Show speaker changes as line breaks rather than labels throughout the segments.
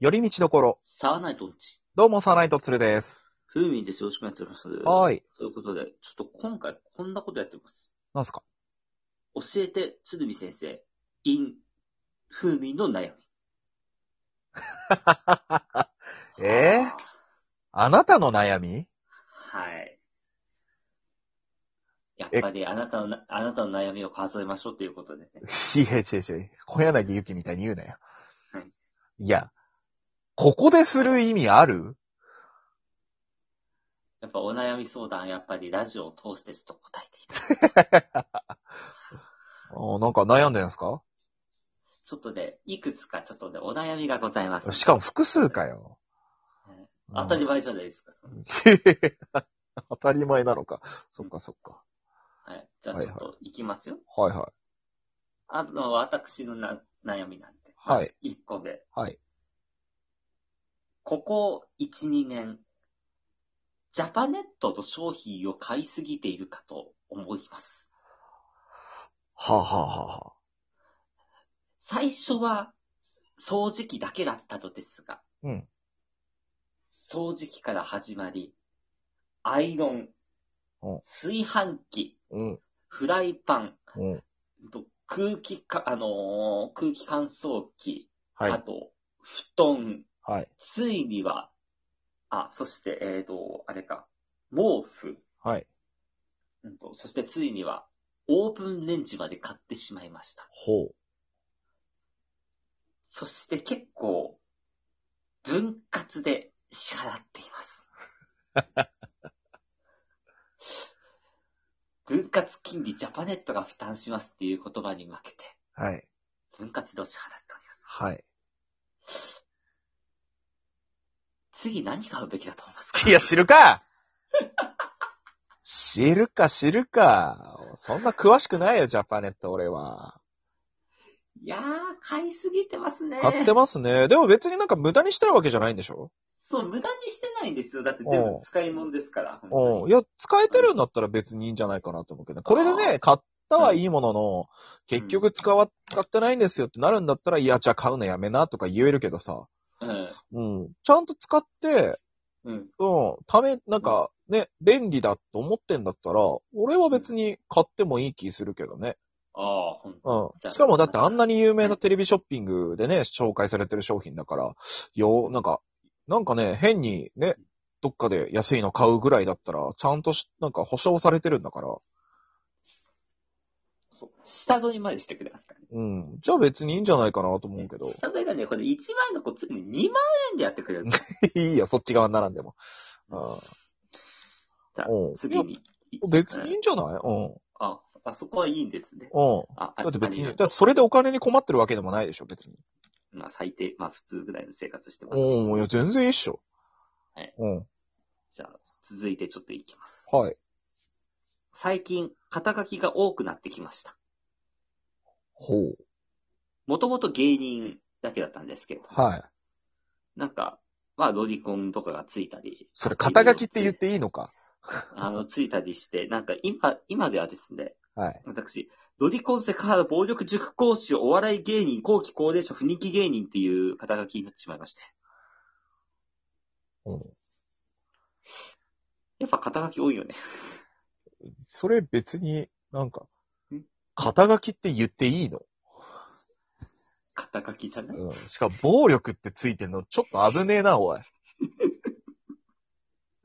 寄り道どころ。
サーナイトンチ。
どうも、サーナイトツルです。
ふうみんです。よろしくお願いします。。
はいーい。
ということで、ちょっと今回こんなことやってます。
なんすか
教えて、鶴見先生、in、ふうみんの悩み。
えーあなたの悩み
はい。やっぱりあなたのな、あなたの悩みを数えましょうということでね。
いや、違う違う。小柳ゆきみたいに言うなよ
はい。
いや、ここでする意味ある
やっぱお悩み相談、やっぱりラジオを通してちょっと答えていた。
おなんか悩んでるんですか
ちょっとね、いくつかちょっとね、お悩みがございます。
しかも複数かよ。
当たり前じゃないですか。
前。 当たり前なのか。そっかそっか。
はい。じゃあちょっと行きますよ。
はいは
あの、私のな悩みなんで。
はい
まず一個目。
い。はい。
ここ1、2年、ジャパネットの商品を買いすぎているかと思います。
はあ、はあはあはあ、
最初は掃除機だけだったのですが、
うん。
掃除機から始まり、アイロン
うん、
炊飯器、
うん。
フライパン、
うん。
と空気か、あのー空気乾燥機、
は
あ
い。
と、布団、
はい。
ついには、あ、そして、えっ、と、あれか、毛布、
はい。
うんと、そしてついには、オーブンレンジまで買ってしまいました。
ほう。
そして結構、分割で支払って います。分割金利ジャパネットが負担しますっていう言葉に負けて、
はい。
分割でお支払っております。
はい。
次何買うべきだと思いますか
いや、知るか知るか、知るか。そんな詳しくないよ、ジャパネット、俺は。
いやー、買いすぎてますね。
買ってますね。でも別になんか無駄にしてるわけじゃないんでしょ
そう、無駄にしてないんですよ。だって全部使い物ですから。本当に
うん。いや、使えてるんだったら別にいいんじゃないかなと思うけど、これで
あー
ね、買ったはいいものの、
うん
結局使わ、使ってないんですよってなるんだったら、いや、じゃあ買うのやめなとか言えるけどさ。
うん。
うん。ちゃんと使って、
うん。
うん、ため、なんか、ね、便利だと思ってんだったら、俺は別に買ってもいい気するけどね。
ああ、ほんと。
うん。しかもだってあんなに有名なテレビショッピングでね、紹介されてる商品だから、よ、なんか、なんかね、変にね、どっかで安いの買うぐらいだったら、ちゃんとし、なんか保証されてるんだから、
そう下取りまでしてくれますからね。
うん。じゃあ別にいいんじゃないかなと思 うけど。
下取りがね、これ1万円のこつに2万円でやってくれる。
いいよ、そっち側にならんでも。うん
じゃあ
うん
次に。
別にいいんじゃないうん。
あ、あそこはいいんですね。
うん。
あ、あ
だって別に、
あり
だ
が
っ
と
てそれでお金に困ってるわけでもないでしょ、別に。
うまあ最低、まあ普通ぐらいの生活してます。
うん、いや、全然いいっしょ。
はい
うん。
じゃあ、続いてちょっといきます。
はい。
最近、肩書きが多くなってきました。
ほう。
もともと芸人だけだったんですけど。
はい。
なんか、まあロリコンとかがついたり。
それ、肩書きって言っていいのか。
あの、ついたりして、なんか今、今ではですね、
はい。
私、ロリコンセカード暴力塾講師、お笑い芸人、後期高齢者、不人気芸人っていう肩書きになってしまいまして。
うん。
やっぱ肩書き多いよね。
それ別に、なんか
ん、
肩書きって言っていいの
肩書きじゃない
うん。しかも、暴力ってついてんの、ちょっと危ねえな、おい。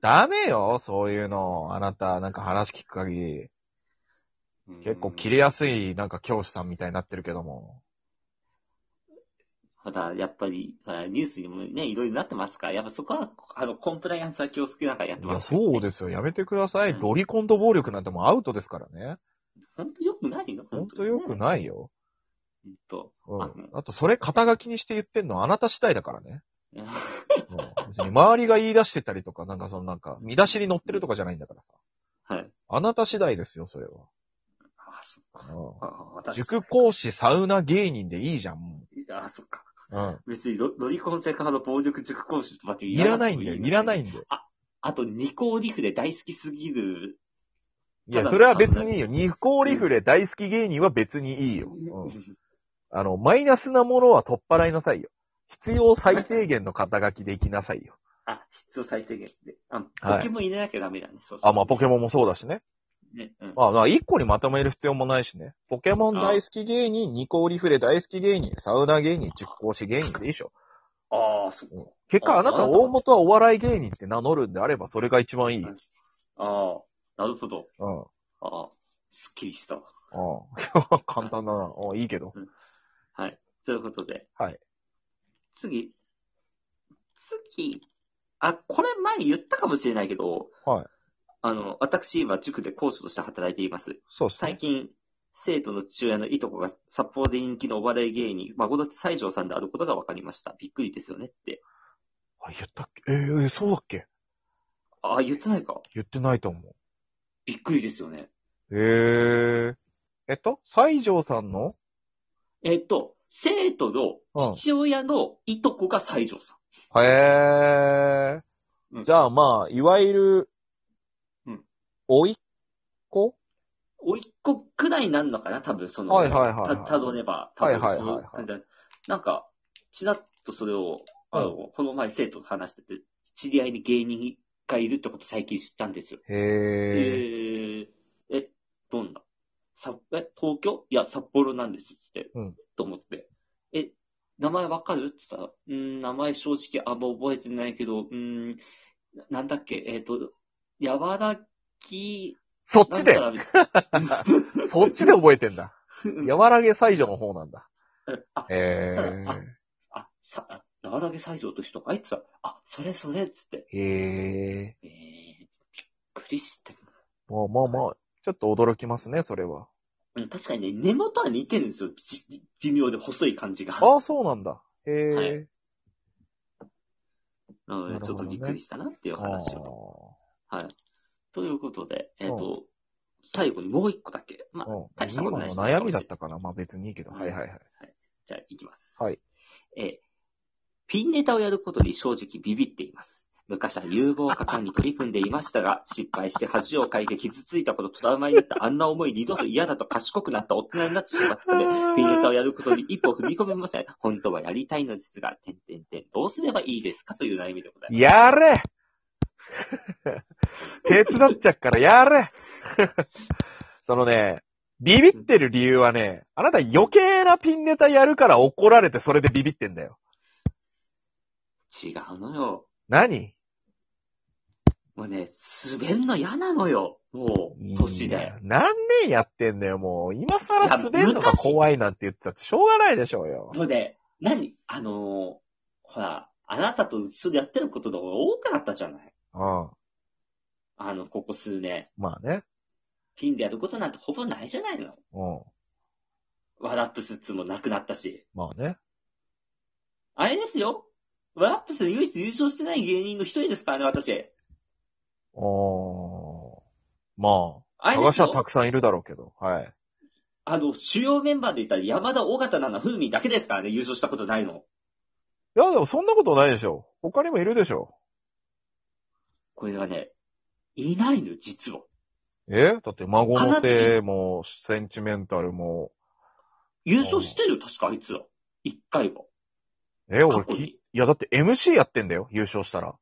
ダメよ、そういうの。あなた、なんか話聞く限り。結構切れやすい、なんか教師さんみたいになってるけども。
ただ、やっぱり、あニュースにもね、いろいろなってますから、やっぱそこは、あの、コンプライアンスは気をつけながらやって
い
ま
や、
すからね、
そうですよ。やめてください。ロリコンと暴力なんてもうアウトですからね。
本当よくないよ。
ほんと良くないよ。
い。本当。
う
あ
ん。あと、それ肩書きにして言ってんのあなた次第だからね。
うん
うん。別に周りが言い出してたりとか、なんかそのなんか、見出しに載ってるとかじゃないんだからさ。
はい。
あなた次第ですよ、それは。
あ、そっか。
う
あ、
ん。
私。
塾講師サウナ芸人でいいじゃん、も
あ、そっか。
う。うん。
別にロ、ロリコンセカード暴力塾講師とかって。
いらないんだよ、いらないいんだよ。
あと、二項リフで大好きすぎる。
いや、
ただ
それは別にいいよ。日光リフレ大好き芸人は別にいいよ。うん。あの、マイナスなものは取っ払いなさいよ。必要最低限の肩書きでいきなさいよ。
あ、必要最低限で。あ、
はい
ポケモン入れなきゃダメだね。そうそう
あ、まあ、ポケモンもそうだしね。
ね、うん。
まあ、まあ一個にまとめる必要もないしね。ポケモン大好き芸人、ニコリフレ大好き芸人、サウナ芸人、塾講師芸人でいいでしょ。
ああ、そっか。
結果、
あ
あなた
なるほど
大元はお笑い芸人って名乗るんであれば、それが一番いい。うん。うん。
ああ、なるほど。
うん。
ああ、すっきりしたわ。
簡単だな。うんいいけど。
はい。ということで。
はい。
次。次。あ、これ前言ったかもしれないけど。
はい。
あの、私今塾で講師として働いています。
そうです
最
ね。
近、生徒の父親のいとこが札幌で人気のお笑い芸人、孫だって西条さんであることが分かりました。びっくりですよねって。
あ、言ったっけえー、そうだっけ
あ、言ってないか。
言ってないと思う。
びっくりですよね。
へえ。えっと、西条さんの
えっと、生徒の父親のいとこが西条さん。
へえ
うん。
じゃあまあ、いわゆる、
うん。
おいっ子
おいっ子くらいになるのかな多分その、
はいはいはいはい
た、たどれば、多分その
はいはいはいはい
感じだなんか、ちらっとそれを、あの、この前生徒と話してて、知り合いに芸人がいるってこと最近知ったんですよ。
へえ。
えー、え、どんなさえ、東京いや、札幌なんですって、
うん
と思って。え、名前わかるって言ったら、うーん、名前正直あんま覚えてないけど、うーん、ななんだっけ、えっ、と、やわらき、
そっ
な
ち
んち
で
ゃ、らみたい
そっちで覚えてんだ。
な。
柔らげ西条の方なんだ。
うんあ、
へ
あ、さ、あやわらげ西条という人が、あいつら、あ、それそれっつって、
え。へえ。
えー、びっくりして。
まあまあまあ、ちょっと驚きますね、それは。
うん、確かにね、根元は似てるんですよ。じ微妙で細い感じが。
ああ、そうなんだ。へえ。
はいなの
なるほどね
で、ちょっとびっくりしたなっていう
ああ
話を。はい。ということで、えっ、と、最後にもう一個だけ。まあ、
うん
大した
今の
ことないです
悩みだったかな。まあ別にいいけど。
うん
はいはいはい。
じゃあ、いきます。
はい。
えーピンネタをやることに正直ビビっています。昔は有望果敢に取り組んでいましたが、失敗して恥をかいて傷ついたことトラウマになったあんな思い二度と嫌だと賢くなった大人になってしまったので、ピンネタをやることに一歩踏み込めません。本当はやりたいのですが、てんてんてん、どうすればいいですかという悩みでございます。
やれ 手伝っちゃっからやれ そのね、ビビってる理由はね、あなた余計なピンネタやるから怒られてそれでビビってんだよ。
違うのよ。
何
もうね、滑んの嫌なのよ。もう、年
い
で
や。何年やってんだよ、もう。今更滑るのが怖いなんて言ってたってしょうがないでしょうよ。
もうね、何あのーほら、あなたと一緒でやってることの方が多くなったじゃない
うん。
あの、ここ数年。
まあね。
ピンでやることなんてほぼないじゃないの。
うん。
ワラップスっつうもなくなったし。
まあね。
あれですよ。ワラップスで唯一優勝してない芸人の一人ですからね、私。
おー。ま
あ
あ、
れで
探
す
しはた
よ。
くさんいるだろうけど。はい。
あの、主要メンバーで言ったら山田、尾形、奈々、風味だけですからね、優勝したことないの。
いや、でもそんなことないでしょ。他にもいるでしょ。
これがね、いないの、実は。
えだって孫の手も、センチメンタルも、
優勝してるよ、確かあいつら。一回は。
え、俺
過去
き、い
に。
やだって MC やってんだよ、優勝したら。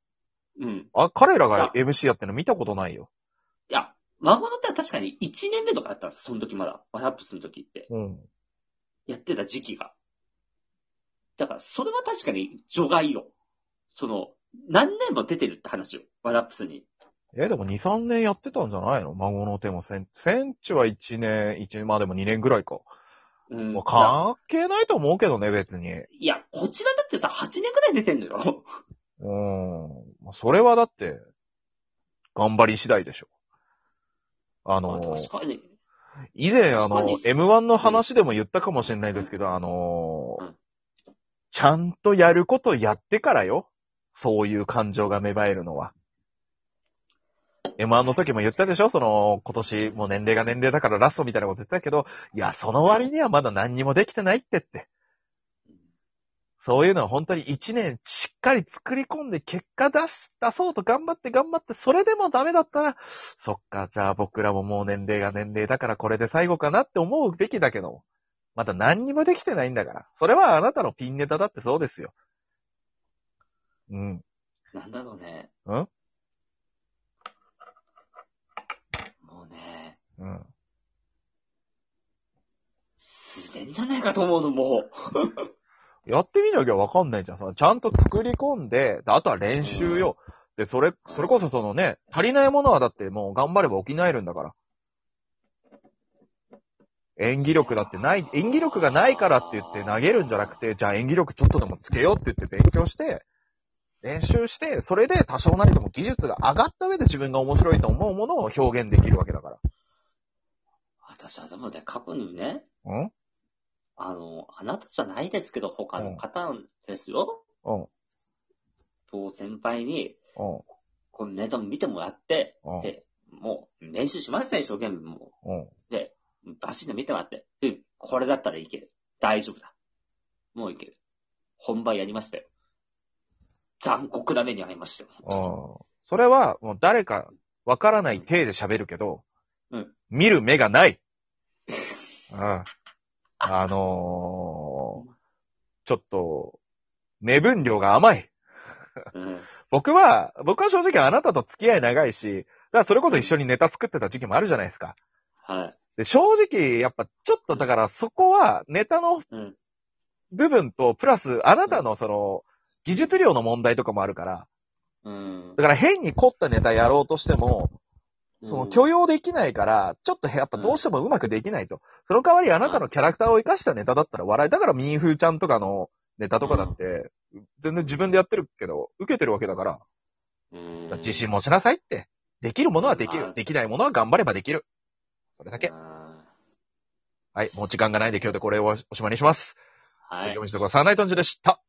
うん。
あ、彼らが MC やってんの見たことないよ。
いや、孫の手は確かに1年目とかだったんです、その時まだ。ワラップスの時って。
うん。
やってた時期が。だから、それは確かに除外よ。その、何年も出てるって話よ。ワラップスに。
え、でも2、3年やってたんじゃないの孫の手もセン、センチは1年、1まあでも2年ぐらいか。
うん。
まあ関
だ
係ないと思うけどね、別に。
いや、こちらだってさ、8年くらい出てんのよ。
うん。まあそれはだって、頑張り次第でしょ。あの、
確かに。
以前、あ
確か
の
に、
M1 の話でも言ったかもしれないですけど、あのー
うん
ちゃんとやることやってからよ。そういう感情が芽生えるのは。M1 の時も言ったでしょその、今年、もう年齢が年齢だからラストみたいなこと言ってたけど、いや、その割にはまだ何にもできてないってって。そういうのは本当に一年しっかり作り込んで結果出し、出そうと頑張って頑張って、それでもダメだったら、そっか、じゃあ僕らももう年齢が年齢だからこれで最後かなって思うべきだけど、まだ何にもできてないんだから。それはあなたのピンネタだってそうですよ。うん。
なんだろうね。
ん
もうね、
うん。
すでんじゃないかと思うの、もう。
やってみなきゃわかんないじゃん。そのちゃんと作り込んで、であとは練習よ。で、それ、それこそそのね、足りないものはだってもう頑張れば補えるんだから。演技力だってない、演技力がないからって言って投げるんじゃなくて、じゃあ演技力ちょっとでもつけようって言って勉強して、練習して、それで多少なりとも技術が上がった上で自分が面白いと思うものを表現できるわけだか
私はでもね、過去にね、
ら。うん
あの、あなたじゃないですけど、他の方ですよ。
うん。
と、先輩に、
うん。
このネタも見てもらって、
うん
で、もう、練習しましたよ、一生懸命、も
うん。
う、バシッと見てもらって、うん、これだったらいける。大丈夫だ。もういける。本番やりましたよ。残酷な目に遭いましたよ。
うんそれは、もう誰かわからない体で喋るけど、
うん
見る目がない。 うん、あのーちょっと、目分量が甘い。
うん。
僕は、僕は正直あなたと付き合い長いし、だからそれこそ一緒にネタ作ってた時期もあるじゃないですか。
はい。
で正直、やっぱちょっとだからそこはネタの
うん。
部分と、プラスあなたのその、技術量の問題とかもあるから、
うん
だ。から変に凝ったネタやろうとしても、その許容できないから、ちょっとやっぱどうしてもうまくできないと。その代わりあなたのキャラクターを生かしたネタだったら笑い。だからミンフーちゃんとかのネタとかだって、全然自分でやってるけど、受けてるわけだから、
うん、
自信持ちなさいって。できるものはでき
う
る
ん。
できないものは頑張ればできる。それだけ
う。ん
はい、もう時間がないんで今日でこれをおしまいにします。
は
はいい。。お店とかサーナイトンジでした。